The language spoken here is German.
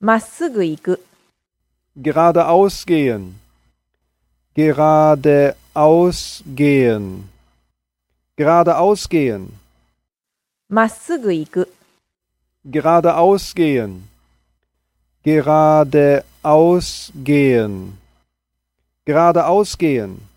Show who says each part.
Speaker 1: まっすぐ行く、
Speaker 2: geradeaus gehen, geradeaus gehen, geradeaus gehen,
Speaker 1: まっすぐ行く、
Speaker 2: geradeaus gehen, geradeaus gehen, geradeaus gehen,